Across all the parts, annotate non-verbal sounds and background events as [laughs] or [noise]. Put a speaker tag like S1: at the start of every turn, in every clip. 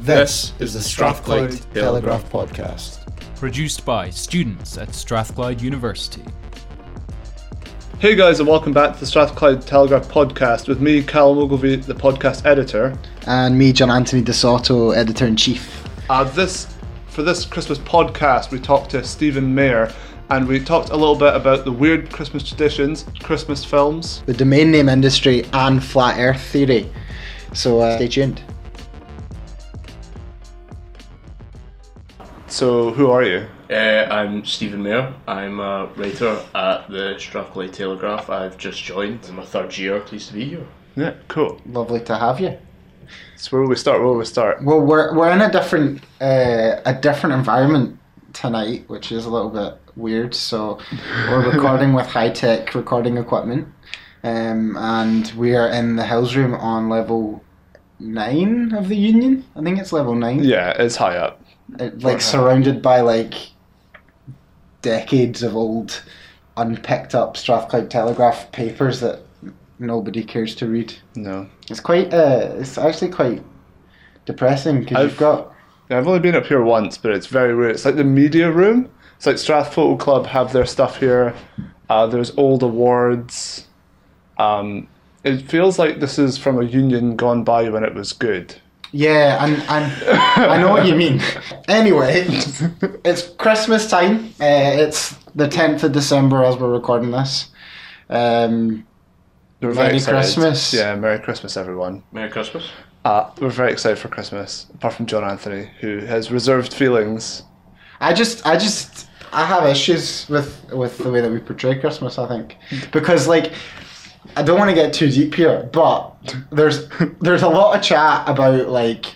S1: This is the Strathclyde Telegraph Podcast.
S2: produced by students at Strathclyde University.
S3: Hey guys, and welcome back to the Strathclyde Telegraph podcast with me, Callum Ogilvie, the podcast editor.
S4: and me, John Anthony DeSoto, editor in chief.
S3: Uh, this for this Christmas podcast, we talked to Stephen Mayer, and we talked a little bit about the weird Christmas traditions, Christmas films.
S4: The domain name industry and flat earth theory. So uh, stay tuned.
S3: So, who are you?
S5: Uh, I'm Stephen Mayer. I'm a writer at the Strathclyde Telegraph. I've just joined. I'm a third year. Pleased to be here.
S3: Yeah, cool.
S4: Lovely to have you.
S3: So, where will we start? Where will we start?
S4: Well, we're, we're in a different uh, a different environment tonight, which is a little bit weird. So we're [laughs] recording with high tech recording equipment, um, and we are in the house room on level nine of the union. I think it's level nine.
S3: Yeah, it's high up.
S4: it, like surrounded by like decades of old unpicked up Strathclyde Telegraph papers that nobody cares to read.
S3: No.
S4: It's quite uh, it's actually quite depressing because
S3: I've-
S4: you've got
S3: I've only been up here once, but it's very weird. It's like the media room. It's like Strath Photo Club have their stuff here. Uh, there's old awards. Um, it feels like this is from a union gone by when it was good.
S4: yeah, and and I know what you mean. Anyway, it's Christmas time. Uh, it's the tenth of December as we're recording this. Um,
S3: We're very
S4: Merry
S3: excited.
S4: Christmas.
S3: Yeah, Merry Christmas, everyone.
S5: Merry Christmas.
S3: Uh, we're very excited for Christmas, apart from John Anthony, who has reserved feelings.
S4: I just, I just, I have issues with with the way that we portray Christmas. I think because like, I don't want to get too deep here, but there's [laughs] there's a lot of chat about like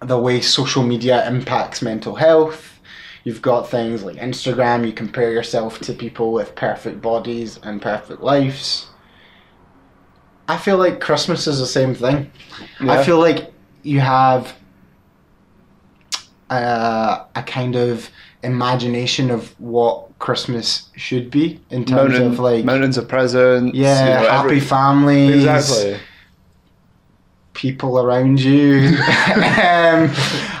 S4: the way social media impacts mental health. You've got things like Instagram. You compare yourself to people with perfect bodies and perfect lives. I feel like Christmas is the same thing.
S3: Yeah.
S4: I feel like you have uh, a kind of imagination of what Christmas should be in terms
S3: Mountain,
S4: of like
S3: mountains of presents.
S4: yeah,
S3: you know,
S4: happy
S3: every-
S4: families,
S3: Exactly.
S4: people around
S3: [laughs]
S4: you, [laughs] um,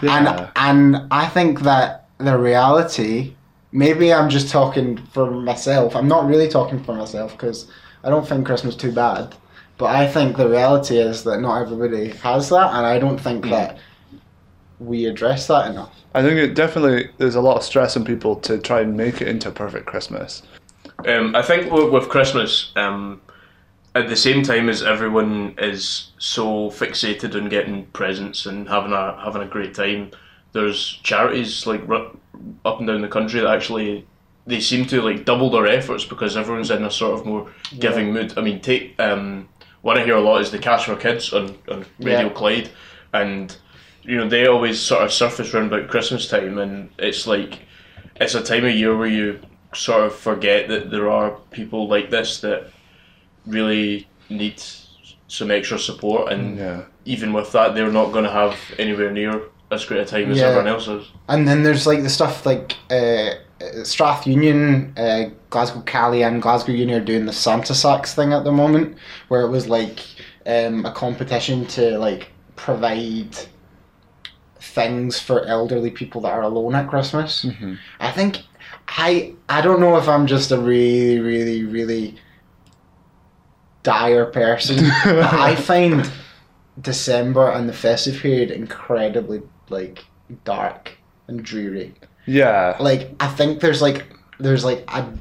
S3: Yeah.
S4: and and I think that the reality. Maybe I'm just talking for myself. I'm not really talking for myself because I don't think Christmas too bad. But I think the reality is that not everybody has that, and I don't
S3: Hmm.
S4: think that we address that enough.
S3: I think it definitely there's a lot of stress on people to try and make it into a perfect Christmas.
S5: Um, I think with, with Christmas, um, at the same time as everyone is so fixated on getting presents and having a having a great time, there's charities like ru- up and down the country that actually they seem to like double their efforts because everyone's in a sort of more giving mood. I mean, take um, what I hear a lot is the Cash for Kids on on Radio
S4: Yeah.
S5: Clyde, and you know they always sort of surface round about Christmas time, and it's like it's a time of year where you sort of forget that there are people like this that really need some extra support, and
S3: Mm, Yeah.
S5: even with that, they're not going to have anywhere near as great a time as
S4: Yeah.
S5: everyone else is.
S4: And then there's like the stuff like uh, uh, Strath Union, uh, Glasgow Cali, and Glasgow Union are doing the Santa Sacks thing at the moment, where it was like um, a competition to like provide things for elderly people that are alone at Christmas. I think I I don't know if I'm just a really really really dire person. but I find December and the festive period incredibly like dark and dreary.
S3: Yeah.
S4: Like I think there's like there's like a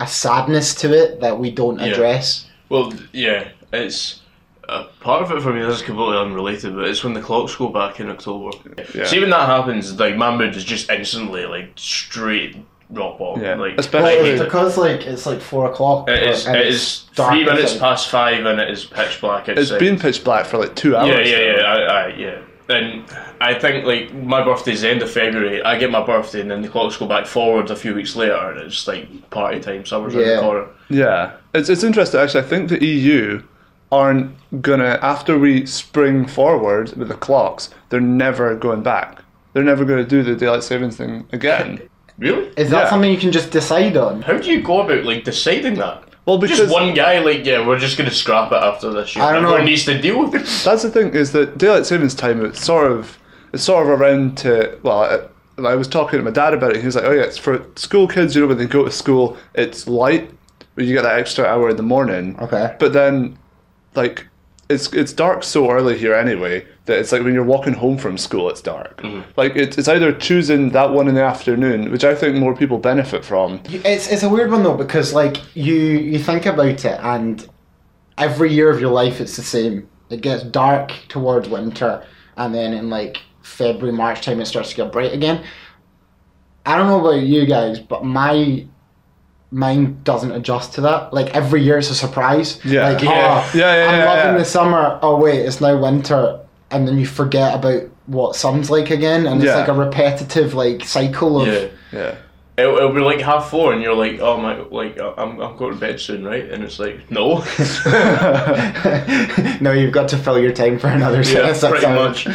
S4: a sadness to it that we don't
S5: Yeah.
S4: address.
S5: Well, th- yeah, it's uh, part of it for me. This is completely unrelated, but it's when the clocks go back in October.
S3: Yeah.
S5: See, when that happens, like my mood is just instantly like straight rock bottom.
S3: Yeah.
S5: Like,
S3: Especially-
S5: I
S4: Well,
S5: hate
S4: it's
S5: it.
S4: because like it's like four o'clock.
S5: It is.
S4: and
S5: It
S4: it's
S5: is
S4: dark
S5: three minutes
S4: outside.
S5: past five, and it is pitch black outside.
S3: It's been pitch black for like two hours.
S5: yeah, yeah,
S3: now.
S5: yeah, I, I, yeah. And I think like my birthday's the end of February. I get my birthday, and then the clocks go back forward a few weeks later, and it's like party time. Summer's around
S4: Yeah.
S5: the corner.
S3: Yeah, it's it's interesting actually. I think the EU aren't gonna after we spring forward with the clocks, they're never going back. They're never gonna do the daylight savings thing again.
S5: [laughs] Really?
S4: Is that
S3: Yeah.
S4: something you can just decide on?
S5: How do you go about like deciding that?
S3: Well, because
S5: Just one guy, like, yeah, we're just gonna scrap it after this year.
S4: I don't know.
S5: Everyone needs to deal with it.
S3: that's the thing is that daylight savings time it's sort of it's sort of around to well I, I was talking to my dad about it he was like oh yeah it's for school kids you know when they go to school it's light but you get that extra hour in the morning
S4: Okay.
S3: but then like it's it's dark so early here anyway that it's like when you're walking home from school it's dark like it's, it's either choosing that one in the afternoon which I think more people benefit from
S4: It's it's a weird one though because like you you think about it and every year of your life it's the same. It gets dark towards winter and then in like February March time it starts to get bright again. I don't know about you guys, but my mind doesn't adjust to that. Like every year it's a surprise.
S3: Yeah.
S4: Like,
S5: Yeah.
S4: "Oh,
S3: Yeah, yeah,
S4: I'm
S3: yeah,
S4: loving
S3: yeah.
S4: the summer. Oh wait, it's now winter and then you forget about what sun's like again and
S3: Yeah.
S4: it's like a repetitive like cycle of
S5: Yeah.
S3: [laughs] yeah
S5: It'll, it'll be like half four, and you're like, oh my, like I'm, I'm going to bed soon, right? And it's like, no,
S4: [laughs] no, you've got to fill your time for another
S5: yeah,
S4: sentence. that's
S5: pretty
S4: all.
S5: much.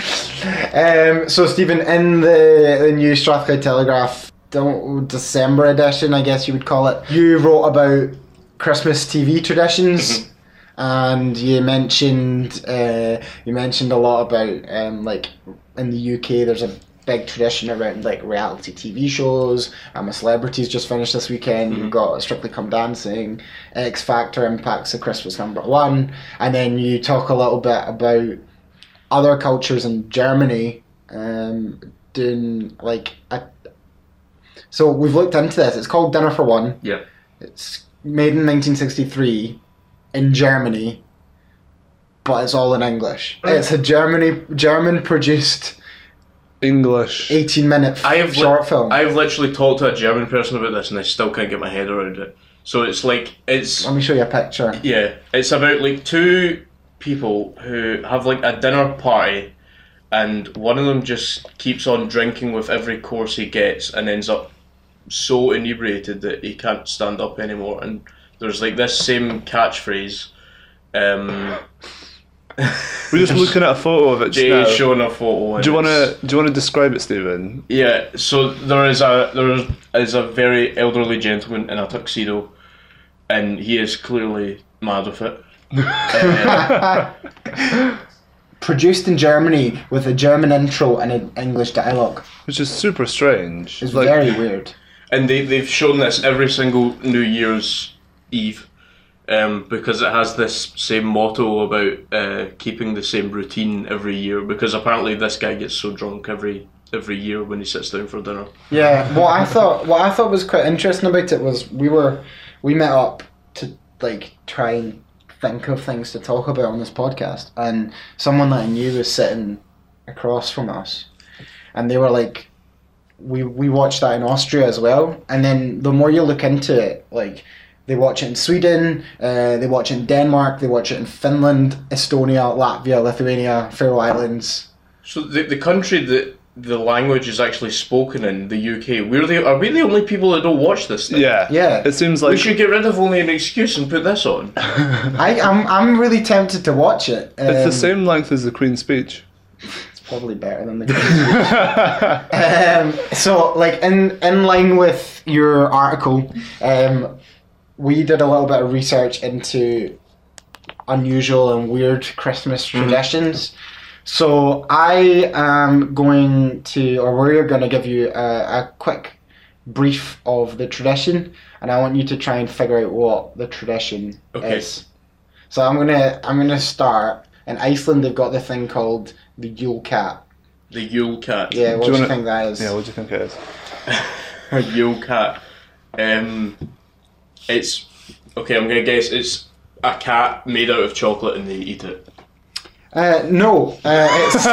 S4: Um, so, Stephen, in the, the new Strathclyde Telegraph, don't, December edition, I guess you would call it, you wrote about Christmas TV
S5: Mm-hmm.
S4: traditions. And you mentioned uh, you mentioned a lot about um, like in the UK there's a big tradition around like reality TV shows. I'm a celebrity's just finished this weekend. You've got Strictly Come Dancing, X Factor impacts the Christmas number one, and then you talk a little bit about other cultures in Germany um, doing like a. So we've looked into this. It's called Dinner for One.
S5: Yeah.
S4: It's made in 1963 in Germany, but it's all in English.
S5: Oh,
S4: It's a Germany German produced
S3: English
S4: 18 minute
S5: I have li-
S4: short film.
S5: I've literally talked to a German person about this, and I still can't get my head around it. So it's like it's
S4: Let me show you a picture.
S5: Yeah, it's about like two people who have like a dinner party, and one of them just keeps on drinking with every course he gets, and ends up so inebriated that he can't stand up anymore. And there's like this same catchphrase. Um,
S3: we're just looking at a photo of it just
S5: Jay
S3: now.
S5: is showing a photo. and
S3: do you want
S5: it's-
S3: to do you want to describe it Stephen
S5: Yeah, so there is a there is a very elderly gentleman in a tuxedo, and he is clearly mad with it.
S4: Produced in Germany with a German intro and an English dialogue.
S3: which is super strange
S4: It's very weird.
S5: and they, they've shown this every single New Year's Eve um, because it has this same motto about uh, keeping the same routine every year because apparently this guy gets so drunk every every year when he sits down for dinner.
S4: Yeah, what I thought what I thought was quite interesting about it was we were we met up to like try and think of things to talk about on this podcast and someone that I knew was sitting across from us and they were like we we watched that in Austria as well and then the more you look into it like they watch it in Sweden, uh, they watch it in Denmark, they watch it in Finland, Estonia, Latvia, Lithuania, Faroe Islands.
S5: So the, the country that the language is actually spoken in, the UK, we're the, are we the only people that don't watch this thing?
S3: yeah
S4: Yeah.
S3: it seems
S5: We
S3: like
S5: should get rid of only an excuse and put this on. [laughs]
S4: I, I'm, I'm really tempted to watch it.
S3: It's
S4: um,
S3: the same length as the Queen's speech.
S4: probably better than the [laughs] um, so like in in line with your article um, we did a little bit of research into unusual and weird christmas traditions so i am going to or we're going to give you a, a quick brief of the tradition and i want you to try and figure out what the tradition
S5: Okay.
S4: is so i'm going to i'm going to start in iceland they've got the thing called the yule cat
S5: The Yule Cat.
S4: yeah,
S3: you
S4: what do you
S3: wanna-
S4: think that is?
S3: Yeah, what do you think it is?
S5: a Yule cat. Um, it's okay. I'm gonna guess it's a cat made out of chocolate and they eat it.
S4: Uh, no, uh,
S3: [laughs]
S4: it's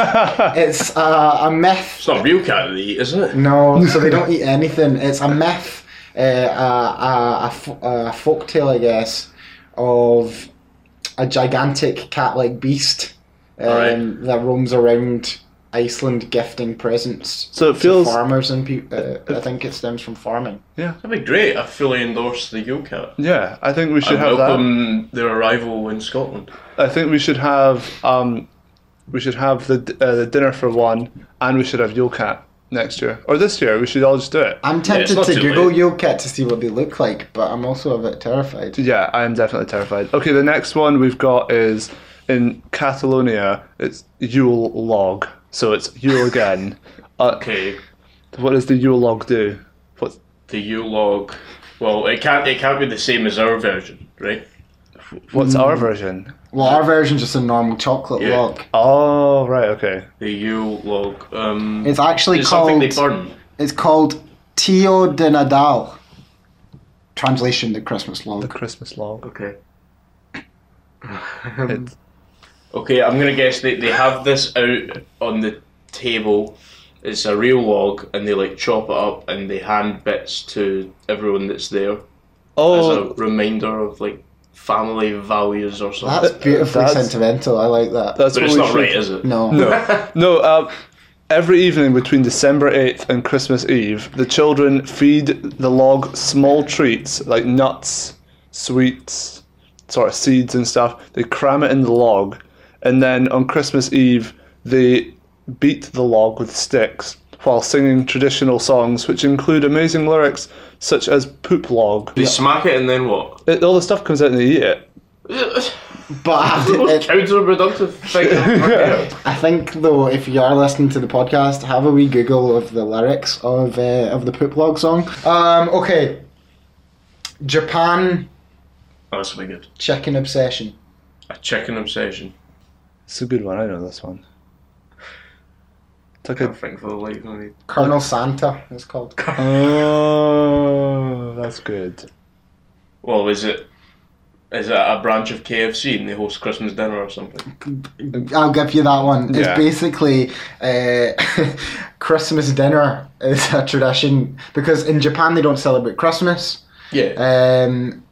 S4: it's uh, a myth.
S5: It's not a real cat that they eat, is it?
S3: Mm.
S4: No, so they don't eat anything. It's a myth, uh, a, a, a, fo- a folktale, I guess, of a gigantic cat-like beast um,
S5: Alright.
S4: that roams around Iceland, gifting presents
S3: So it
S4: to
S3: feels-
S4: farmers and pe- uh, I think it stems from farming.
S5: That'd be great. I fully endorse the Yule cat.
S3: Yeah, I think we
S5: I
S3: should have that.
S5: welcome their arrival in Scotland.
S3: I think we should have um, we should have the d- uh, the dinner for one, and we should have Yule Cat. next year or this year. We should all just do it.
S4: I'm tempted
S5: not
S4: to
S5: too
S4: Google
S5: late.
S4: Yule Kit to see what they look like, but I'm also a bit terrified.
S3: Yeah, I am definitely terrified. Okay, the next one we've got is in Catalonia. It's Yule log, so it's
S5: [laughs]
S3: Yule again. uh,
S5: Okay,
S3: what does the Yule log do? What?
S5: the U log. Well, it can't it can't be the same as our version, right? Mm.
S3: What's our version?
S4: Well, our version's just a normal chocolate
S5: Yeah.
S4: log.
S3: Oh, right. Okay.
S5: The U log. Um,
S4: It's actually
S5: it's something
S4: called.
S5: they burn.
S4: It's called Tio de Nadal. Translation: The Christmas
S3: The
S4: log.
S3: Christmas log.
S5: Okay. Um,
S3: It's-
S5: Okay, I'm gonna guess they, they have this out on the table. It's a real log, and they like chop it up, and they hand bits to everyone that's there as a
S3: Oh,
S5: reminder of like family values or something.
S4: That's beautifully
S3: uh, That's-
S4: sentimental. I like that.
S3: that's
S5: but
S3: what
S5: it's
S3: we
S5: not
S3: should-
S5: right, is it?
S3: [laughs]
S4: no.
S3: No, no. Uh, every evening between December eighth and Christmas Eve, the children feed the log small treats like nuts, sweets, sort of seeds and stuff. They cram it in the log, and then on Christmas Eve they beat the log with sticks while singing traditional songs, which include amazing lyrics such as "poop log."
S5: They smack it, and then what?
S3: It- all the stuff comes out and they eat it.
S4: [laughs] But
S5: [laughs]
S4: I,
S5: Most counterproductive thing. I've ever heard.
S4: I think though, if you are listening to the podcast, have a wee Google of the lyrics of uh, of the poop log song. Um, okay. Japan
S5: Oh, that's really good.
S4: chicken obsession.
S5: A chicken obsession.
S3: It's a good one. I know this one. Took
S5: I
S3: a
S5: think for the life of me.
S4: Colonel Santa is called.
S3: Oh, that's good.
S5: Well, is it is it a branch of KFC and they host Christmas dinner or something?
S4: I'll give you that one.
S3: Yeah.
S4: It's basically uh, [laughs] Christmas dinner is a tradition because in Japan they don't celebrate Christmas.
S5: Yeah.
S4: Um,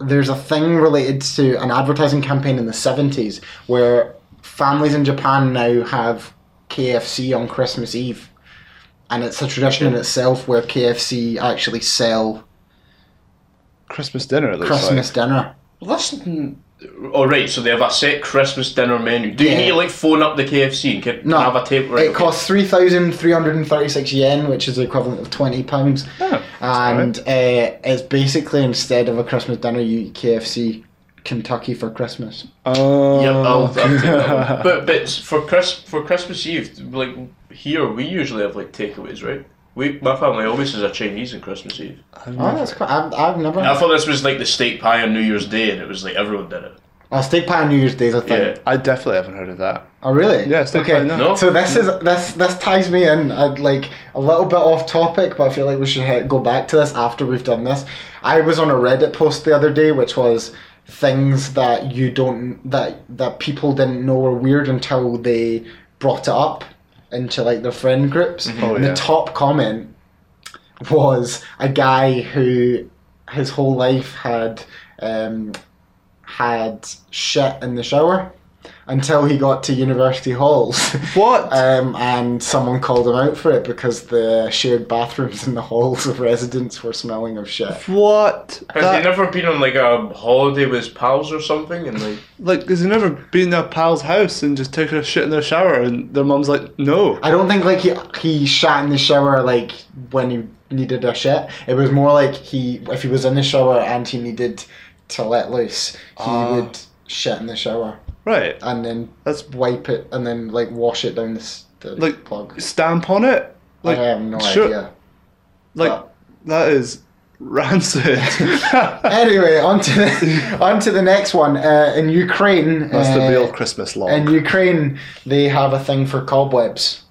S4: there's a thing related to an advertising campaign in the 70s where families in Japan now have KFC on Christmas Eve. And it's a tradition in itself where KFC actually sell
S3: Christmas dinner, it looks
S4: Christmas dinner.
S5: Listen. All Oh, right, so they have a set Christmas dinner menu. Do you
S4: Yeah.
S5: need to like phone up the KFC and can,
S4: No,
S5: have a table? Right,
S4: it costs 3,336 yen, which is the equivalent of 20 pounds.
S5: Oh,
S3: like.
S4: and uh, it's basically instead of a Christmas dinner, you eat KFC Kentucky for Christmas.
S3: Oh.
S5: Yeah, I'll, I'll take that
S4: [laughs]
S5: one. But but for Chris for Christmas Eve, like here we usually have like takeaways, right? We my family always has a Chinese on Christmas Eve.
S4: Oh, that's quite. I've, I've never.
S5: I thought this was like the steak pie on New Year's Day, and it was like everyone did it.
S4: oh, steak pie on New Year's Day is a thing.
S5: Yeah.
S3: I definitely haven't heard of that.
S4: Oh really?
S3: Yeah, steak pie, no.
S5: No.
S4: So this is this this ties me in. I'd like a little bit off topic, but I feel like we should he- go back to this after we've done this. I was on a Reddit post the other day, which was things that you don't that that people didn't know were weird until they brought it up into like their friend groups.
S3: Oh,
S4: and
S3: yeah.
S4: The top comment was a guy who his whole life had um, had shit in the shower until he got to university halls.
S3: What?
S4: [laughs] Um, and someone called him out for it because the shared bathrooms in the halls of residents were smelling of shit.
S3: What?
S5: Has
S3: That-
S5: he never been on like a holiday with his pals or something? And like,
S3: like, has he never been to a pal's house and just taken a shit in their shower and their mum's like, no?
S4: I don't think like he he shat in the shower like when he needed a shit. It was more like he if he was in the shower and he needed to let loose, he would shit in the shower
S3: Right.
S4: and then
S3: Ah. That's
S4: wipe it and then like wash it down the, s- the
S3: Like,
S4: plug.
S3: stamp on it? Like,
S4: I have no
S3: sure-
S4: idea.
S3: Like,
S4: but-
S3: that is [laughs]
S4: [laughs]
S3: rancid.
S4: Anyway, on to the, [laughs] on to the next one. Uh, in Ukraine,
S3: That's
S4: uh,
S3: the real Christmas log.
S4: In Ukraine, they have a thing for cobwebs.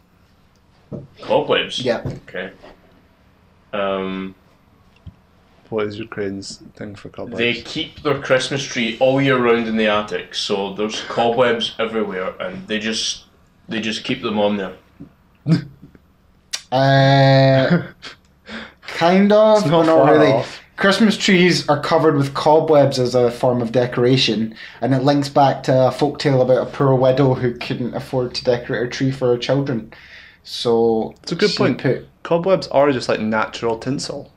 S5: cobwebs.
S4: Yeah.
S5: Okay. Um,
S3: what is Ukraine's thing for cobwebs?
S5: they keep their Christmas tree all year round in the attic, so there's cobwebs everywhere, and they just they just keep them on there.
S3: [laughs]
S4: Uh, kind of,
S3: not
S4: but not
S3: far
S4: really.
S3: off.
S4: Christmas trees are covered with cobwebs as a form of decoration, and it links back to a folktale about a poor widow who couldn't afford to decorate her tree for her children. So
S3: It's a good
S4: she
S3: point.
S4: put-
S3: Cobwebs are just like natural tinsel.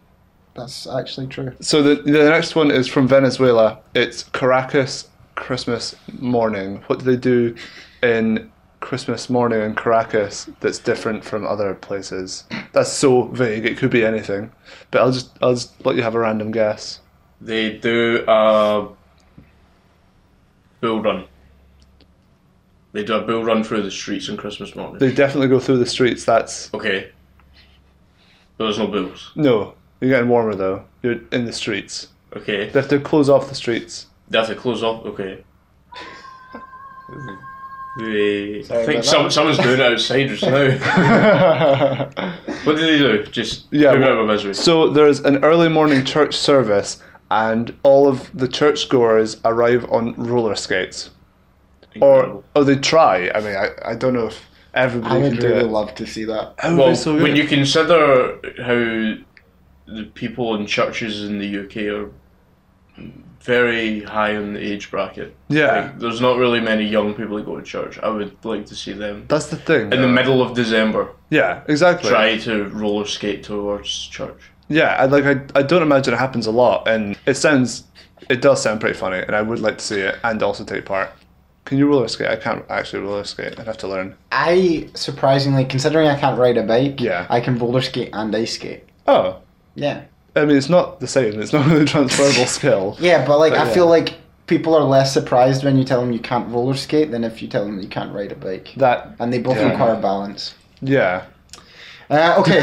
S4: that's actually true.
S3: So the the next one is from Venezuela. It's Caracas Christmas morning. What do they do in Christmas morning in Caracas that's different from other places? That's so vague. It could be anything, but I'll just I'll just let you have a random guess.
S5: They do a bull run. They do a bull run through the streets on Christmas morning.
S3: They definitely go through the streets. That's
S5: okay. But there's no bulls.
S3: no. You're getting warmer though. You're in the streets.
S5: Okay.
S3: They have to close off the streets.
S5: They have to close off. Okay. They,
S4: Sorry
S5: I think
S4: about
S5: some,
S4: that.
S5: someone's doing it outside just now.
S4: [laughs]
S5: what do they do? Just
S3: Yeah,
S5: yeah, out
S3: well-
S5: of misery.
S3: So there's an early morning church service, and all of the churchgoers arrive on roller skates, or
S5: Incredible.
S3: oh, they try. I mean, I, I don't know if
S4: I
S3: everybody
S4: would
S3: can do
S4: really
S3: it.
S4: love to see that.
S3: That would be
S5: well,
S3: so
S5: when
S3: good.
S5: you consider how the people in churches in the UK are very high in the age bracket,
S3: yeah,
S5: like, there's not really many young people that go to church. I would like to see them
S3: that's the thing.
S5: in the middle of December
S3: yeah, exactly.
S5: try to roller skate towards church.
S3: Yeah, I, like I, I don't imagine it happens a lot, and it sounds, it does sound pretty funny, and I would like to see it and also take part. Can you roller skate? I can't actually roller skate. I'd have to learn.
S4: I surprisingly, considering I can't ride a bike,
S3: Yeah.
S4: I can roller skate and ice skate.
S3: Oh,
S4: Yeah,
S3: I mean, it's not the same. It's [laughs] not really a transferable skill.
S4: yeah, but like
S3: But
S4: I
S3: yeah.
S4: feel like people are less surprised when you tell them you can't roller skate than if you tell them you can't ride a bike,
S3: That
S4: and they both
S3: Yeah.
S4: require balance.
S3: yeah.
S4: Uh,
S3: [laughs]
S4: okay,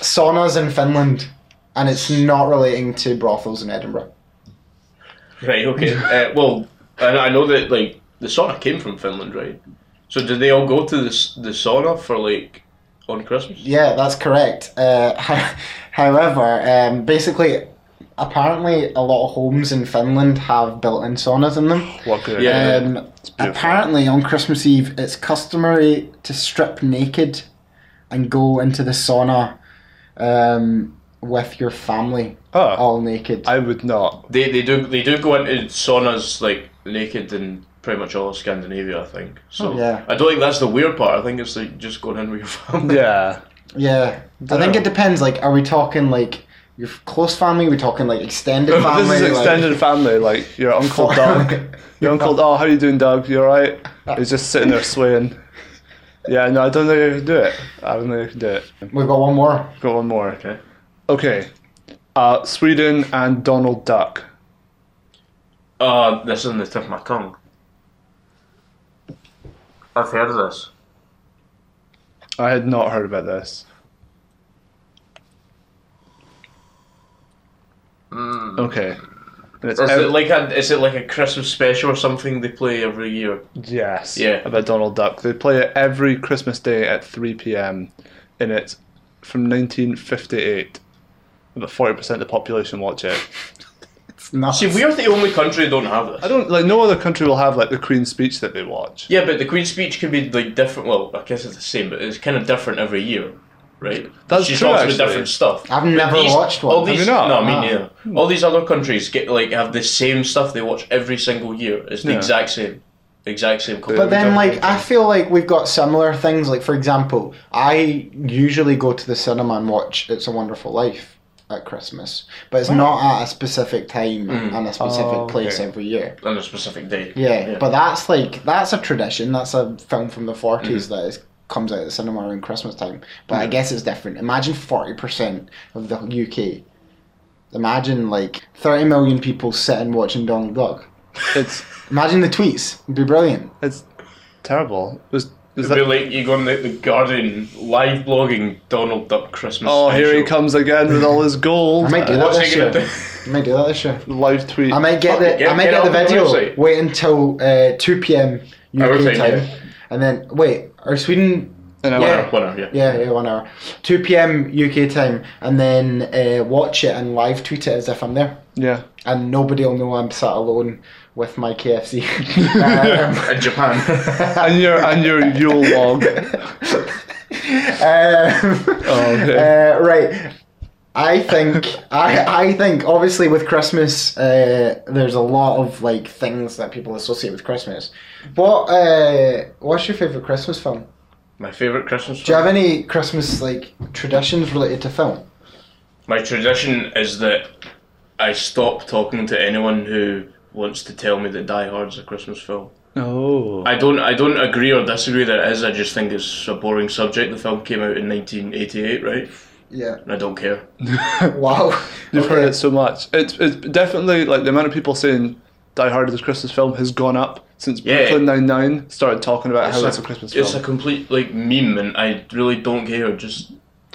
S4: saunas in Finland, and it's not relating to brothels in Edinburgh.
S5: Right. [laughs] Okay. uh, well, and I know that like the sauna came from Finland, right? So did they all go to the s- the sauna for like on Christmas?
S4: Yeah, that's correct. Uh, [laughs] however, um, basically, apparently, a lot of homes in Finland have built-in saunas in them.
S3: What good?
S5: Yeah.
S4: Um,
S3: beautiful.
S4: apparently, on Christmas Eve, it's customary to strip naked and go into the sauna um, with your family,
S3: Oh,
S4: all naked.
S3: I would not.
S5: They they do they do go into saunas like naked in pretty much all of Scandinavia, I think. So
S4: Oh, yeah.
S5: I don't think that's the weird part. I think it's like just going in with your [laughs] family.
S3: Yeah.
S4: yeah, I think it depends. Like, are we talking like your f- close family? Are we talking like extended family?
S3: [laughs] This is
S4: like- [laughs]
S3: extended family, like your uncle Doug. Your uncle, oh, how you doing, Doug? You alright? He's just sitting there
S5: [laughs]
S3: swaying. Yeah, no, I don't know you can do it. I don't know you can do it.
S4: We've got one more.
S3: Got one more.
S5: Okay.
S3: Okay. Uh, Sweden and Donald Duck.
S5: Uh this is on the tip of my tongue. I've heard of this.
S3: I had not heard about this. Okay. And it's
S5: Hmm. Is
S3: ev-
S5: it like a is it like a Christmas special or something they play every year?
S3: Yes.
S5: Yeah.
S3: About Donald Duck. They play it every Christmas Day at 3 p.m. and it's from 1958. About 40% of the population watch it.
S4: It's not.
S5: See, we are the only country that don't have this.
S3: I don't like no other country will have like the Queen's speech that they watch.
S5: Yeah, but the Queen's speech could be like different. Well, I guess it's the same, but it's kind of different every year, right?
S3: That's
S5: she
S3: true,
S5: talks
S3: actually.
S5: about different stuff.
S4: I've
S5: But
S4: never watched one.
S5: All
S4: Have
S5: these,
S3: you not?
S5: No, me
S4: Ah.
S5: neither. All these other countries get like have the same stuff they watch every single year. It's the
S3: Yeah.
S5: exact same, the exact same.
S4: But
S5: But
S4: then,
S3: don't
S4: like,
S3: think
S4: I feel like we've got similar things. Like, for example, I usually go to the cinema and watch It's a Wonderful Life at Christmas, but it's not at a specific time and a specific
S3: Oh,
S4: place
S3: okay.
S4: every year.
S5: on a specific day.
S4: Yeah, but that's like that's a tradition. That's a film from the 40s that is, comes out of the cinema around Christmas time. But I guess it's different. Imagine forty percent of the UK. Imagine like thirty million people sitting watching Donald Duck.
S3: It's
S4: Imagine the tweets. It'd be brilliant.
S3: it's terrible. Was was
S5: It'd be
S3: that,
S5: like you go on the, the garden live blogging Donald Duck Christmas.
S3: oh, here he
S5: special.
S3: comes again with all his gold. Uh,
S4: I might do that
S5: What's
S4: this
S5: he gonna
S4: year.
S5: do?
S4: I might do that this year.
S3: Live tweet.
S4: I might get
S5: Fuck it,
S4: the
S5: get-
S4: I might
S5: get
S4: get,
S5: it
S4: the
S5: on the
S4: video.
S5: website.
S4: wait until uh, two p.m.
S5: Our
S4: UK
S5: time,
S4: time,
S5: yeah.
S4: and then wait. Are Sweden?
S3: In a
S4: yeah.
S3: minute.
S5: [laughs] Whatever, yeah.
S4: Yeah, yeah, one hour. Two p.m. UK time, and then uh, watch it and live tweet it as if I'm there,
S3: yeah.
S4: and nobody will know I'm sat alone with my
S5: [laughs]
S4: KFC. um,
S5: in Japan.
S3: And your and your Yule log. [laughs]
S4: um, [laughs]
S3: Oh, okay.
S4: uh, right. I think I, I think obviously with Christmas uh, there's a lot of like things that people associate with Christmas. What uh, what's your favorite Christmas film?
S5: My favorite Christmas.
S4: Do you have any Christmas like traditions related to film?
S5: My tradition is that I stop talking to anyone who wants to tell me that Die Hard's a Christmas film.
S3: Oh.
S5: I don't I don't agree or disagree that it is. I just think it's a boring subject. The film came out in 1988, right?
S4: Yeah.
S5: And I don't care. [laughs]
S4: Wow.
S3: You've heard
S4: Okay.
S3: it so much. It's it's definitely like the amount of people saying Die Hard is a Christmas film has gone up since
S5: Yeah.
S3: Brooklyn Nine Nine started talking about how it's a Christmas
S5: it's
S3: film.
S5: a complete like meme, and I really don't care. Just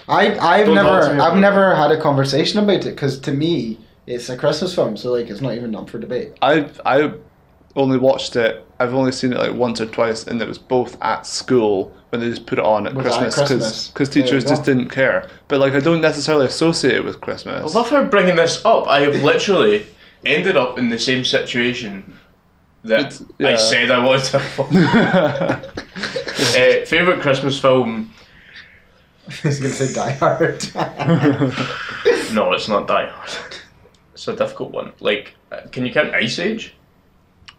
S4: I I've
S5: Don't
S4: never
S5: answer me.
S4: I've never had a conversation about it because to me it's a Christmas film, so like it's not even up for debate. [laughs]
S3: I I only watched it. I've only seen it like once or twice, and it was both at school when they just put it on at
S4: Was it at
S3: Christmas
S4: Christmas?
S3: because
S4: There you
S3: teachers
S4: go.
S3: just didn't care. But like I don't necessarily associate it with Christmas.
S5: I love her bringing this up. I have literally ended up in the same situation that
S3: It's- yeah.
S5: I said I wanted to.
S3: [laughs]
S5: [laughs] uh, favorite Christmas film?
S4: I was gonna say Die Hard. [laughs]
S5: No, it's not Die Hard. It's a difficult one. Like, uh, can you count Ice Age?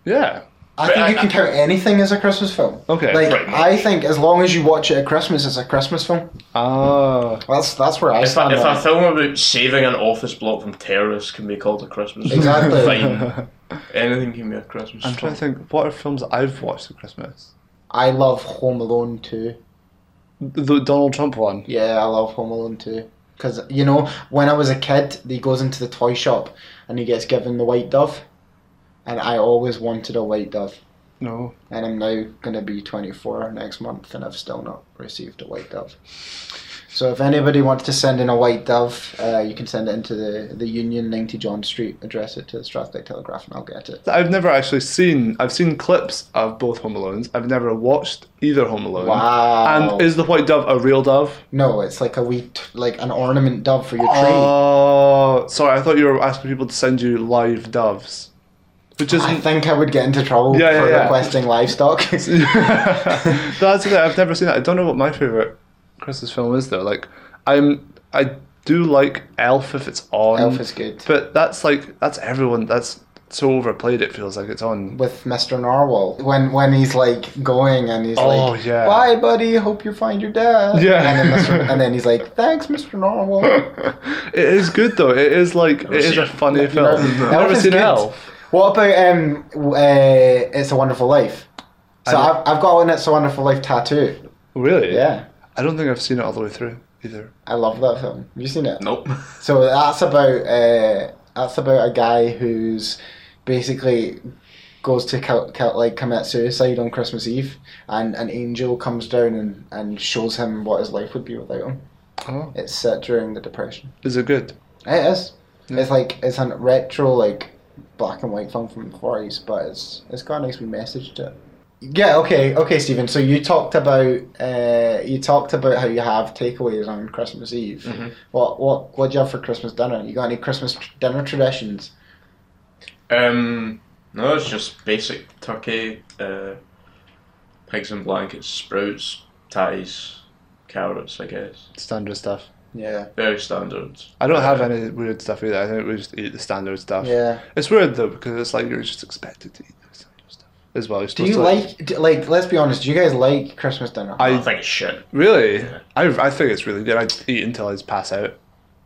S3: yeah.
S4: I think
S5: I-
S4: you can count anything as a Christmas film.
S3: Okay.
S4: Like
S5: pretty much.
S4: I think as long as you watch it at Christmas, it's a Christmas film.
S3: Ah.
S4: That's that's where I
S5: If a,
S4: stand.
S5: if
S4: on
S5: a
S4: it.
S5: film about saving an office block from terrorists can be called a Christmas
S4: Exactly.
S5: film, [laughs] fine. Anything can be a Christmas
S3: I'm trying
S5: film.
S3: to think. What are films I've watched at Christmas?
S4: I love Home Alone too.
S3: The Donald Trump one.
S4: Yeah, I love Home Alone too. Because you know, when I was a kid, he goes into the toy shop and he gets given the white dove, and I always wanted a white dove.
S3: No.
S4: and I'm now going to be 24 next month, and I've still not received a white dove. So if anybody wants to send in a white dove, uh, you can send it into the, the Union 90 John Street, address it to the Strathclyde Telegraph, and I'll get it.
S3: I've never actually seen. I've seen clips of both Home Alones. I've never watched either Home Alone.
S4: Wow!
S3: And is the white dove a real dove?
S4: no, it's like a wee t- like an ornament dove for your tree.
S3: Oh, sorry. I thought you were asking people to send you live doves, which
S4: I
S3: isn't.
S4: think I would get into trouble
S3: Yeah, yeah,
S4: for
S3: yeah. [laughs]
S4: requesting livestock.
S3: That's it. I've never seen that. I don't know what my favorite Christmas film is though. Like, I'm. I do like Elf if it's on.
S4: Elf is good.
S3: But that's like that's everyone. That's so overplayed. It feels like it's on. [laughs]
S4: with Mr. Narwhal when when he's like going and he's
S3: Oh,
S4: like,
S3: yeah.
S4: "Bye, buddy. Hope you find your dad."
S3: Yeah.
S4: And then,
S3: [laughs]
S4: Mr. and then he's like, "Thanks, Mr. Narwhal."
S3: it is good though. It is like it is
S5: seen
S3: a
S5: it.
S3: funny
S4: I've
S3: film.
S4: never-
S3: I've
S4: Elf
S3: never
S4: is
S3: seen
S4: good.
S3: Elf.
S4: What about um, w- uh, It's a Wonderful Life? So
S3: I
S4: I've, I've got an It's a Wonderful Life tattoo.
S3: Really?
S4: Yeah,
S3: I don't think I've seen it all the way through either.
S4: I love that film. Have you seen it?
S5: Nope.
S4: So that's about uh, that's about a guy who's basically goes to co- co- like commit suicide on Christmas Eve, and an angel comes down and, and shows him what his life would be without him.
S3: Oh.
S4: It's set during the Depression.
S3: Is it good?
S4: It is.
S3: Yeah.
S4: It's like it's a retro like black and white film from the forties, but it's it's got a nice wee message to it. Yeah. Okay. Okay, Stephen. So you talked about uh, you talked about how you have takeaways on Christmas Eve. What what what do you have for Christmas dinner? You got any Christmas tr- dinner traditions?
S5: Um, no, it's just basic turkey, uh, pigs in blankets, sprouts, tatties, carrots, I guess.
S3: Standard stuff.
S4: Yeah.
S5: Very standard.
S3: I don't have any weird stuff either. I think we just eat the standard stuff.
S4: Yeah.
S3: It's weird though because it's like you're just expected to eat the standard stuff as well. You're
S4: Do
S3: supposed
S4: you
S3: to,
S4: like do, like Let's be honest. Do you guys like Christmas dinner?
S5: I
S3: I
S5: think it's shit.
S3: really. I, I think it's really good. I eat until I just pass out.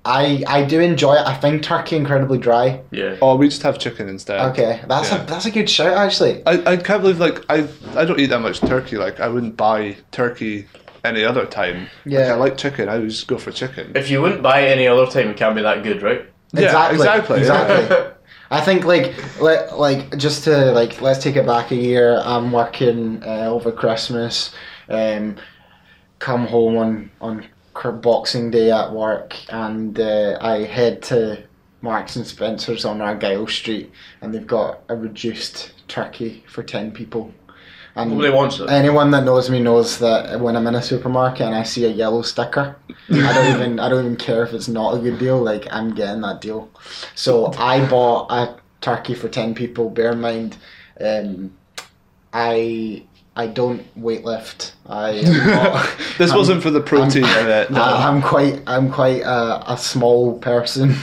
S4: I I do enjoy it. I find turkey incredibly dry.
S5: Yeah.
S3: Oh, we just have chicken instead.
S4: Okay, that's
S3: Yeah.
S4: a that's a good shout actually.
S3: I, I can't believe like I I don't eat that much turkey. Like I wouldn't buy turkey any other time. Like,
S4: Yeah.
S3: I like chicken. I would just go for chicken.
S5: If you wouldn't buy it any other time, it can't be that good, right?
S4: Exactly.
S3: exactly, yeah.
S4: Exactly. I think like let like just to like let's take it back a year. I'm working uh, over Christmas. Um, come home on on cr- Boxing Day at work, and uh, I head to Marks and Spencers on Argyle Street, and they've got a reduced turkey for ten people. And
S5: Nobody wants it.
S4: Anyone that knows me knows that when I'm in a supermarket and I see a yellow sticker,
S3: [laughs]
S4: I don't even I don't even care if it's not a good deal. Like I'm getting that deal. So I bought a turkey for ten people. Bear in mind, um, I I don't weightlift. I
S3: [laughs]
S4: am not-
S3: this
S4: I'm-
S3: wasn't for the protein in it. No.
S4: I- I'm Ah. quite I'm quite a, a
S3: [laughs]
S4: small person,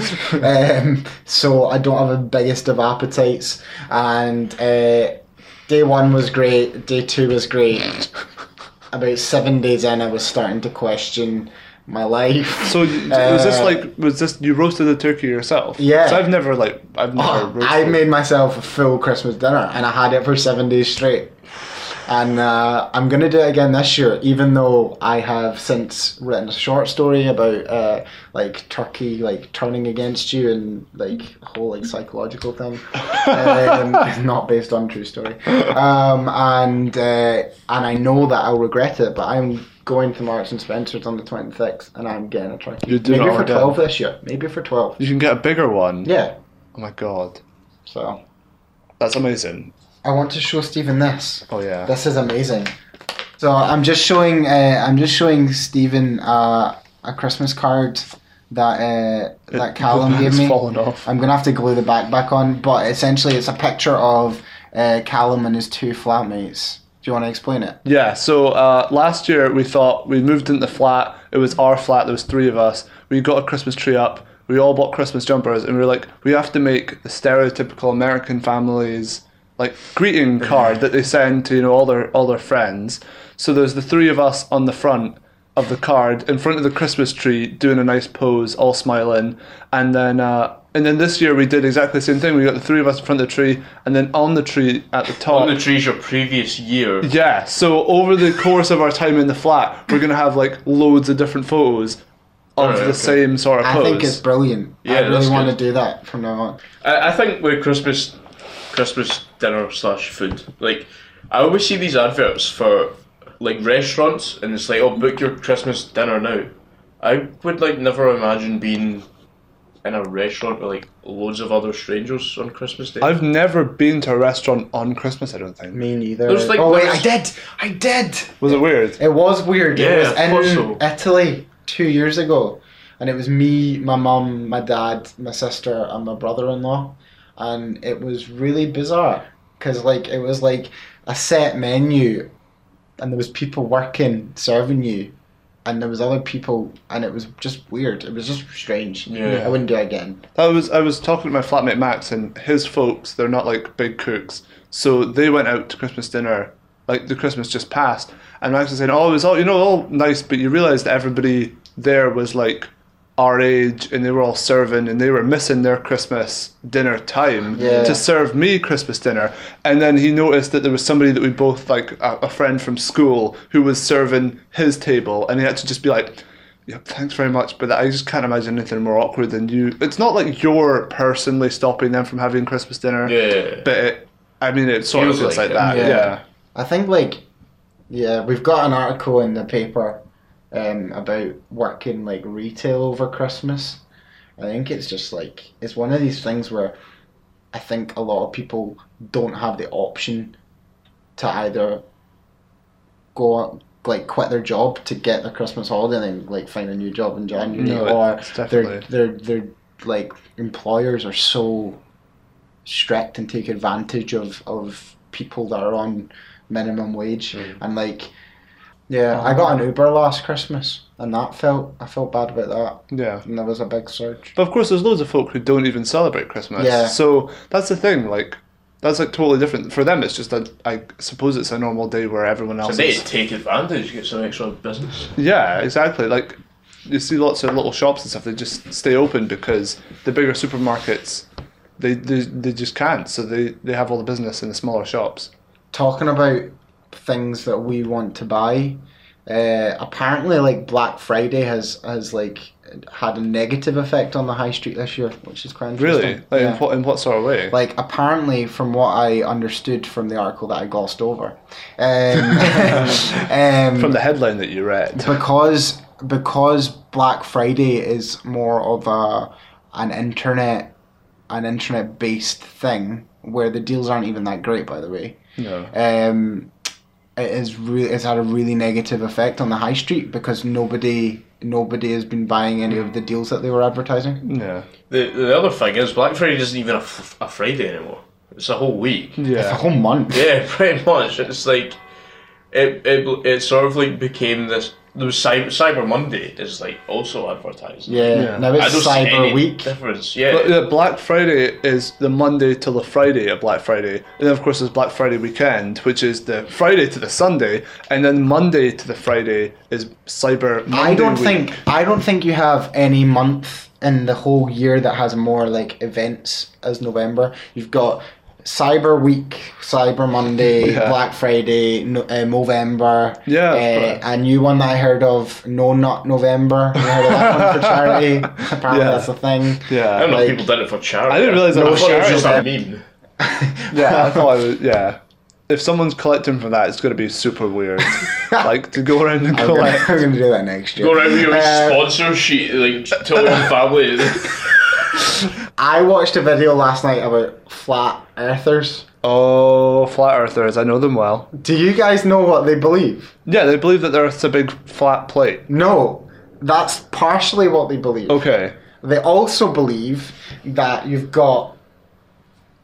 S4: um, so I don't have the biggest of appetites. And uh, day one was great. Day two was great. About seven days in, I was starting to question my life.
S3: So you, was this
S4: Uh,
S3: like was this you roasted the turkey yourself?
S4: Yeah.
S3: 'Cause I've never like I've never.
S4: Oh,
S3: roasted.
S4: I made myself a full Christmas dinner and I had it for seven days straight. And uh, I'm going to do it again this year, even though I have since written a short story about uh, like Turkey like turning against you and like whole like psychological thing, um, not based on true story. Um, and uh, and I know that I'll regret it, but I'm going to Marks and Spencers on the 26th, and I'm getting a turkey.
S3: You're doing
S4: Maybe
S3: it all
S4: for
S3: again.
S4: 12 this year. Maybe for 12.
S3: You can get a bigger one.
S4: Yeah.
S3: Oh my god,
S4: So.
S3: that's amazing.
S4: I want to show Stephen this.
S3: Oh yeah.
S4: This is amazing. So I'm just showing. Uh, I'm just showing Stephen uh, a Christmas card that uh, that Callum gave
S3: It's
S4: me.
S3: fallen off.
S4: I'm gonna have to glue the back back on, but essentially it's a picture of uh, Callum and his two flatmates. Do you want to explain it?
S3: Yeah, so uh, last year we thought we moved into the flat. It was our flat, there was three of us. We got a Christmas tree up. We all bought Christmas jumpers and we were like, we have to make the stereotypical American families like greeting card that they send to, you know, all their all their friends. So there's the three of us on the front of the card in front of the Christmas tree doing a nice pose, all smiling. And then uh, and then this year we did exactly the same thing. We got the three of us in front of the tree and then on the tree at the top
S5: On the trees your previous year.
S3: yeah, so over the course of our time in the flat, we're gonna have like loads of different photos of
S5: Alright,
S3: the
S5: okay.
S3: same sort of
S4: I
S3: pose.
S4: think it's brilliant. I
S5: Yeah,
S4: really
S5: that's
S4: want to
S5: good.
S4: do that from now on.
S5: I, I think with Christmas, Christmas dinner slash food, like I always see these adverts for like restaurants, and it's like, oh, book your Christmas dinner now. I would like never imagine being in a restaurant with like loads of other strangers on Christmas Day.
S3: I've never been to a restaurant on Christmas. I don't think.
S4: Me neither.
S5: There's like-
S4: oh wait,
S5: there's-
S4: I did. I did.
S3: Was it weird?
S4: It was weird.
S5: Yeah,
S4: it was
S5: of course
S4: in
S5: so.
S4: Italy two years ago, and it was me, my mum, my dad, my sister, and my brother-in-law, and it was really bizarre because like it was like a set menu, and there was people working serving you, and there was other people, and it was just weird. It was just strange.
S5: Yeah.
S4: I wouldn't do it again.
S3: I was I was talking to my flatmate Max and his folks. They're not like big cooks, so they went out to Christmas dinner. Like the Christmas just passed, and Max was saying, "Oh, it was all you know, all nice, but you realise that everybody there was like our age, and they were all serving, and they were missing their Christmas dinner time
S4: Yeah.
S3: to serve me Christmas dinner." And then he noticed that there was somebody that we both like a, a friend from school who was serving his table, and he had to just be like. Yeah, thanks very much, but I just can't imagine anything more awkward than you. It's not like you're personally stopping them from having Christmas dinner.
S5: Yeah.
S3: But it, I mean, it sort of
S5: Feels
S3: feels like,
S5: like
S3: that.
S5: it.
S3: Yeah.
S4: Yeah. I think like yeah, we've got an article in the paper um, about working like retail over Christmas. I think it's just like it's one of these things where I think a lot of people don't have the option to either go on- like quit their job to get their Christmas holiday and then like find a new job in January
S3: No,
S4: or
S3: it's
S4: their
S3: definitely-
S4: their their like employers are so strict and take advantage of of people that are on minimum wage
S3: Mm.
S4: and like yeah, I got an Uber last Christmas and that felt I felt bad about that
S3: yeah.
S4: and there was a big surge.
S3: But of course, there's loads of folk who don't even celebrate Christmas.
S4: Yeah.
S3: So that's the thing. Like, that's like totally different for them. It's just that I suppose it's a normal day where everyone else.
S5: So they
S3: is,
S5: take advantage, get some extra business.
S3: yeah, exactly. Like, you see lots of little shops and stuff. They just stay open because the bigger supermarkets, they they, they just can't. So they they have all the business in the smaller shops.
S4: Talking about things that we want to buy, uh, apparently like Black Friday has has like had a negative effect on the high street this year, which is quite interesting.
S3: Really? Like
S4: Yeah.
S3: in, what, in what sort of way?
S4: like apparently from what I understood from the article that I glossed over,
S3: [laughs]
S4: [laughs] um, um,
S3: From the headline that you read.
S4: because because Black Friday is more of a an internet an internet based thing where the deals aren't even that great by the way.
S3: No.
S4: Um, it is really it's had a really negative effect on the high street because nobody nobody has been buying any of the deals that they were
S3: [laughs]
S4: advertising.
S3: Yeah.
S5: The the other thing is Black Friday isn't even a, f- a Friday anymore. It's a whole week.
S4: It's a
S3: Yeah.
S4: whole month.
S5: [laughs] Yeah, pretty much. It's like it, it it sort of like became this there was Cyber, Cyber Monday is like also advertised.
S4: Yeah,
S3: Yeah.
S4: now
S5: I
S4: it's
S5: don't see
S4: Cyber
S5: any
S4: Week. uh,
S5: difference. Yeah,
S3: But yeah, Black Friday is the Monday till the Friday of Black Friday, and then of course there's Black Friday weekend, which is the Friday to the Sunday, and then Monday to the Friday is Cyber Monday.
S4: I don't
S3: week.
S4: think I don't think you have any month in the whole year that has more like events as November. You've got Cyber Week, Cyber
S3: [laughs]
S4: Monday,
S3: Yeah.
S4: Black Friday, no, uh, November.
S3: Yeah,
S4: uh,
S3: but-
S4: a new one that I heard of, No Not November. You heard of that one
S3: [laughs]
S4: for charity? Apparently,
S3: Yeah.
S4: that's a thing. [laughs]
S3: Yeah,
S5: I don't know.
S4: like-
S5: if people did it for charity.
S3: I didn't realise that
S5: I
S3: was
S5: thought it was just a
S4: charity.
S5: meme.
S3: yeah, I [laughs] thought I was, yeah. If someone's collecting for that, it's going to be super
S4: [laughs]
S3: weird. like to go around and
S4: I'm gonna,
S3: collect.
S4: I'm gonna do that next year.
S5: Go around with your
S4: Uh,
S5: sponsor sheet, like just tell your family.
S4: [laughs] I watched a video last night about flat earthers.
S3: Oh, flat earthers! I know them well.
S4: Do you guys know what they believe?
S3: Yeah, they believe that the Earth's a big flat plate.
S4: No, that's partially what they believe.
S3: Okay.
S4: They also believe that you've got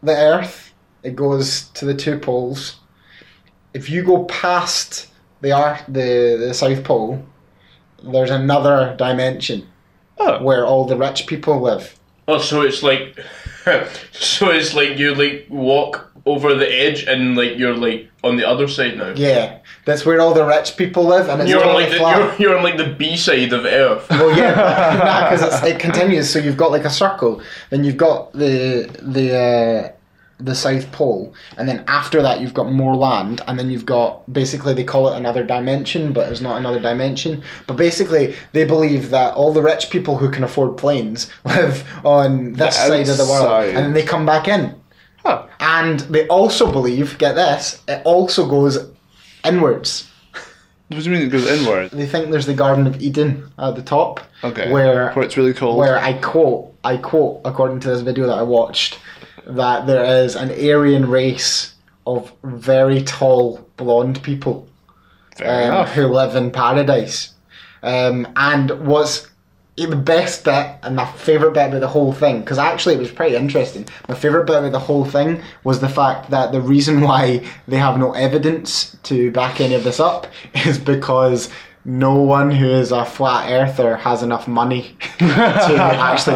S4: the Earth, it goes to the two poles. If you go past the, ar- the, the South Pole, there's another dimension
S3: Oh.
S4: where all the rich people live.
S5: oh, so it's like, [laughs] so it's like you like walk over the edge and like you're like on the other side now.
S4: Yeah, that's where all the rich people live, and it's
S5: You're on
S4: totally
S5: like the,
S4: flat.
S5: you're, you're on like the B side of
S4: [laughs]
S5: Earth.
S4: Well, yeah, because it continues. So you've got like a circle, then you've got the the uh, the South Pole, and then after that you've got more land, and then you've got basically they call it another dimension, but it's not another dimension. But basically, they believe that all the rich people who can afford planes [laughs] live on this
S3: The
S4: side of the world,
S3: outside.
S4: and then they come back in.
S3: Huh.
S4: And they also believe, get this, it also goes inwards.
S3: What do you mean it goes inward?
S4: They think there's the Garden of Eden at the top,
S3: Okay.
S4: where
S3: where it's really cold.
S4: where I quote, I quote, according to this video that I watched, that there is an Aryan race of very tall blonde people
S3: Fair
S4: um,
S3: enough.
S4: who live in paradise. Um, and was the best bit and my favourite bit about the whole thing, because actually it was pretty interesting. My favourite bit about the whole thing was the fact that the reason [laughs] why they have no evidence to back any of this up [laughs] is because no one who is a flat earther has enough money [laughs] to actually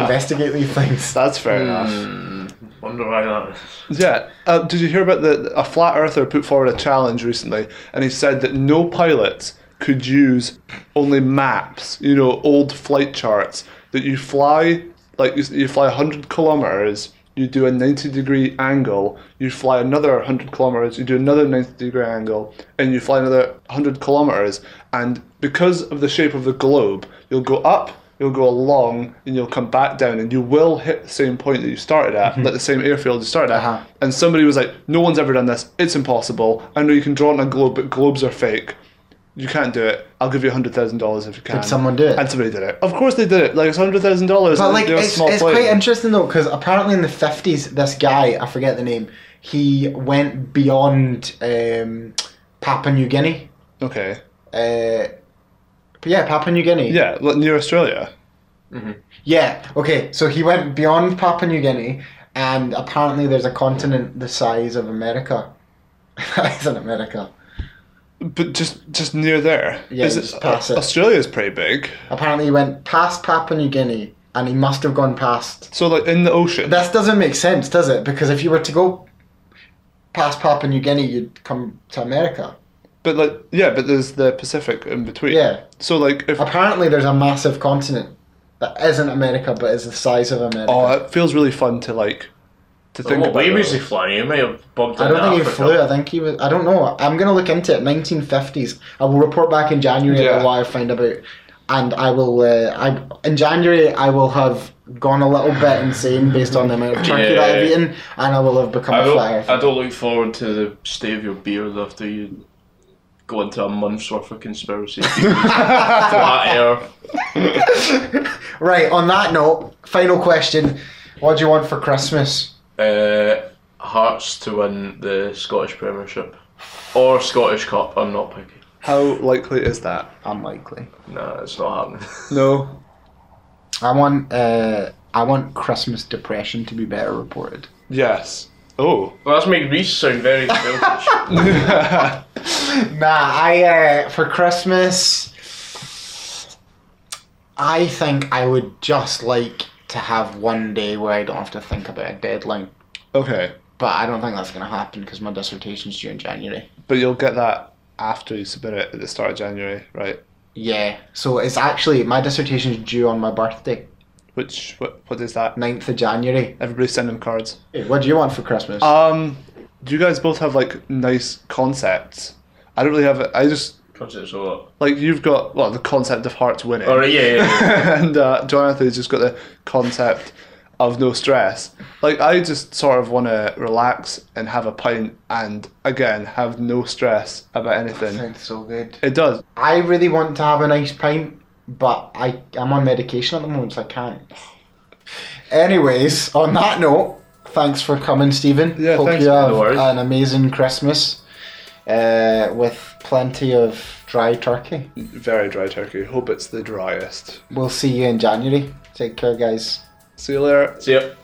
S3: [laughs]
S4: investigate these things.
S3: That's fair enough.
S5: Wonder why that. Is.
S3: Yeah. Uh, did you hear about the a flat earther put forward a challenge recently, and he said that no pilots could use only maps, you know, old flight charts. That you fly like you, s- you fly hundred kilometers, you do a ninety degree angle, you fly another hundred kilometers, you do another ninety degree angle, and you fly another hundred kilometers. And because of the shape of the globe, you'll go up, you'll go along and you'll come back down and you will hit the same point that you started at, like the same airfield you started at.
S4: Mm-hmm. Uh-huh.
S3: And somebody was like, No one's ever done this. It's impossible. I know you can draw on a globe, but globes are fake. You can't do it. I'll give you $100,000 if you can.
S4: someone do it?
S3: And somebody did it. Of course they did it. Like, it's $100,000.
S4: But
S3: and
S4: like,
S3: they're a
S4: it's,
S3: small
S4: it's
S3: plane.
S4: quite interesting though, because apparently in the fifties, this guy I forget the name, he went beyond um, Papua New Guinea.
S3: Okay.
S4: Uh, but yeah, Papua New Guinea.
S3: Yeah, like near Australia.
S4: Yeah. Okay. So he went beyond Papua New Guinea, and apparently there's a continent the size of America. [laughs] it's in America.
S3: But just just near there.
S4: Yeah,
S3: Is
S4: just past it.
S3: Australia's pretty big.
S4: Apparently he went past Papua New Guinea, and he must have gone past
S3: So, like, in the ocean.
S4: This doesn't make sense, does it? Because if you were to go past Papua New Guinea, you'd come to America.
S3: but, like, yeah, but there's the Pacific in between.
S4: Yeah.
S3: So, like, if.
S4: Apparently, there's a massive continent that isn't America, but is the size of America.
S3: Oh, it feels really fun to like to think
S5: What
S3: about.
S5: way was he
S3: that.
S5: flying? He may have bumped
S4: I don't
S5: into
S4: think he
S5: Africa.
S4: flew. I think he was. I don't know. I'm gonna look into it. 1950s. I will report back in January
S3: Yeah.
S4: about what I find about, and I will. Uh, I in January I will have gone a little bit insane based on the amount of turkey that I've
S5: Yeah.
S4: eaten, and I will have become
S5: I
S4: a
S5: don't,
S4: flyer.
S5: I don't look forward to the state of your beard after you go into a month's worth of conspiracy.
S4: [laughs]
S5: theories. Flat air.
S4: Right. On that note, final question: What do you want for Christmas?
S5: Uh, Hearts to win the Scottish Premiership or Scottish Cup. I'm not picky.
S3: How likely is that?
S4: Unlikely.
S5: Nah, it's not happening. [laughs]
S3: No.
S4: I want uh, I want Christmas depression to be better reported.
S3: Yes. Oh.
S5: well, that's made Reese sound very [laughs] selfish.
S4: Nah, I uh, for Christmas I think I would just like to have one day where I don't have to think about a deadline.
S3: [laughs] Okay,
S4: But I don't think that's going to happen because my dissertation's due in January.
S3: but you'll get that after you submit it at the start of January, right?
S4: Yeah. So it's actually, my dissertation's due on my birthday,
S3: Which what what is that?
S4: 9th of January.
S3: Everybody send them cards.
S4: Hey, what do you want for Christmas?
S3: Um, do you guys both have like nice concepts? I don't really have. I just
S5: Concepts or what?
S3: like you've got well the concept of hearts winning,
S5: All right, yeah, yeah, yeah.
S3: and uh, Jonathan's just got the concept of no stress. Like I just sort of want to relax and have a pint, and again have no stress about anything.
S4: Sounds so good.
S3: It does.
S4: I really want to have a nice pint, but I, I'm on medication at the moment, so I can't. Anyways, on that note, thanks for coming, Stephen.
S3: Yeah,
S4: Hope
S3: thanks.
S4: you have
S5: No worries.
S4: an amazing Christmas uh, with plenty of dry turkey.
S3: Very dry turkey. Hope it's the driest.
S4: We'll see you in January. Take care, guys.
S3: See you later.
S5: See ya.